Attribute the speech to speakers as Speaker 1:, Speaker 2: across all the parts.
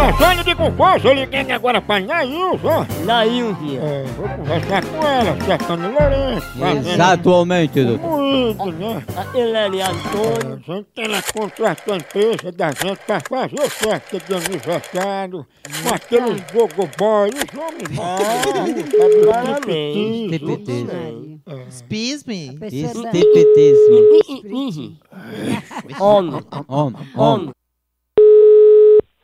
Speaker 1: Antônio de Confúcio, eu liguei agora pra Nailson.
Speaker 2: Nailzinho.
Speaker 1: É, vou conversar com ela, Stefano Lourenço. fazendo
Speaker 3: Exatamente, doutor.
Speaker 1: Moído, né?
Speaker 2: Ele é
Speaker 1: A
Speaker 2: Antônio.
Speaker 1: gente, ela contratou a empresa da gente pra fazer festa de aniversário com aqueles gogoboy, os homens
Speaker 2: Parabéns.
Speaker 3: Tepetismo.
Speaker 4: Excuse me.
Speaker 3: Isso, tepetismo.
Speaker 2: Homem.
Speaker 3: Homem, homem.
Speaker 2: Homem.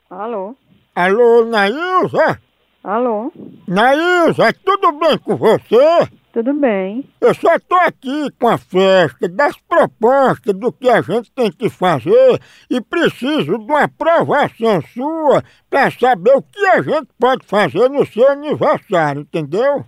Speaker 5: Alô?
Speaker 1: Alô, Nailza?
Speaker 5: Alô?
Speaker 1: Nailza, é tudo bem com você?
Speaker 5: Tudo bem?
Speaker 1: Eu só tô aqui com a festa das propostas do que a gente tem que fazer e preciso de uma aprovação sua pra saber o que a gente pode fazer no seu aniversário, entendeu?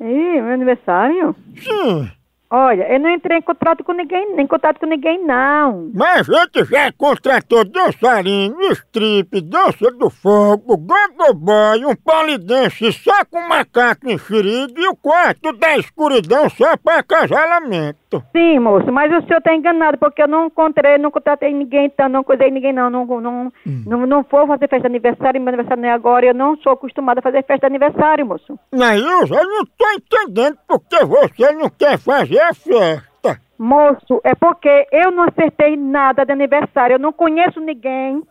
Speaker 5: Ih, meu aniversário?
Speaker 1: Sim,
Speaker 5: Olha, eu não entrei em contrato com ninguém, em contato com ninguém, não.
Speaker 1: mas a gente já é contratou dançarino, strip, dança do fogo, gogoboy, um polidense só com macaco enxerido e o quarto da escuridão só pra acasalamento.
Speaker 5: Sim, moço, mas o senhor tá enganado, porque eu não encontrei, não contratei ninguém, então, não coisei ninguém, não. Não, não, não, não vou fazer festa de aniversário, meu aniversário não é agora, eu não sou acostumada a fazer festa de aniversário, moço.
Speaker 1: Nailza, eu não tô entendendo porque você não quer fazer a festa.
Speaker 5: Moço, é porque eu não acertei nada de aniversário, eu não conheço ninguém.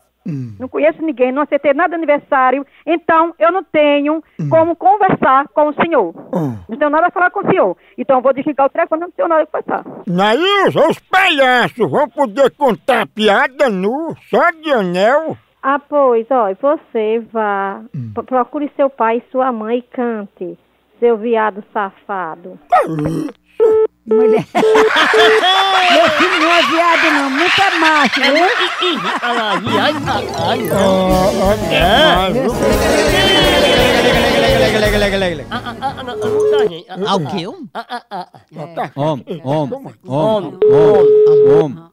Speaker 5: Não conheço ninguém, não acertei nada de aniversário, então eu não tenho como conversar com o senhor. Não tenho nada a falar com o senhor. Então eu vou desligar o telefone, não tenho nada a conversar.
Speaker 1: Nailza, os palhaços vão poder contar piada nu, só de anel.
Speaker 6: Ah, pois, ó, e você vá, pro- procure seu pai e sua mãe e cante, seu viado safado.
Speaker 7: Mulher. Meu filho não é viado, não. Muito é macho, viu?
Speaker 2: Ai, ai, ai.
Speaker 1: Ah, é?
Speaker 2: Ah, ah, ah, não, não dá, gente. Ah, ah,
Speaker 4: Ah, o quê? Um?
Speaker 2: ah, ah, ah.
Speaker 3: É. Homem, homem, homem,
Speaker 2: Homem.
Speaker 3: homem, homem.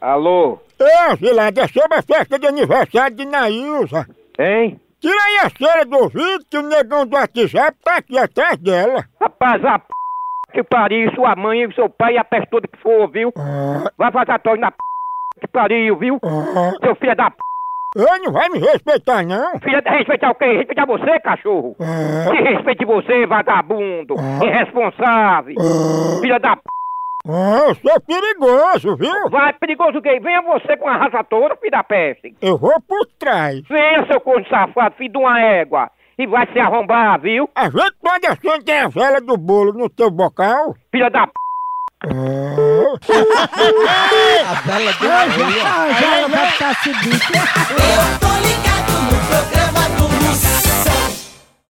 Speaker 8: Alô?
Speaker 1: Ô, Gilada, é sobre a festa de aniversário de Nailza.
Speaker 8: Hein?
Speaker 1: Tira aí a cera do ouvido que o negão do WhatsApp tá aqui atrás dela.
Speaker 8: Rapaz, a p... que pariu, sua mãe e seu pai e a peste toda que for, viu?
Speaker 1: Ah,
Speaker 8: Vai fazer a torre na p... que pariu, viu?
Speaker 1: ah,
Speaker 8: Seu filho da p...
Speaker 1: eu não vai me respeitar, não.
Speaker 8: Filha de respeitar o quê? Respeitar você, cachorro?
Speaker 1: Ah,
Speaker 8: Que respeite você, vagabundo!
Speaker 1: Ah.
Speaker 8: Irresponsável! Filha da p...
Speaker 1: ah, eu sou perigoso, viu?
Speaker 8: Vai, perigoso gay, venha você com a raça toda, filho da peste!
Speaker 1: Eu vou por trás.
Speaker 8: Venha, seu corno safado, filho de uma égua! E vai se arrombar, viu?
Speaker 1: A gente pode acender a vela do bolo no teu bocal?
Speaker 8: Filha da p...
Speaker 4: A bela
Speaker 3: tá
Speaker 7: Ah, já ela vai ficar subindo.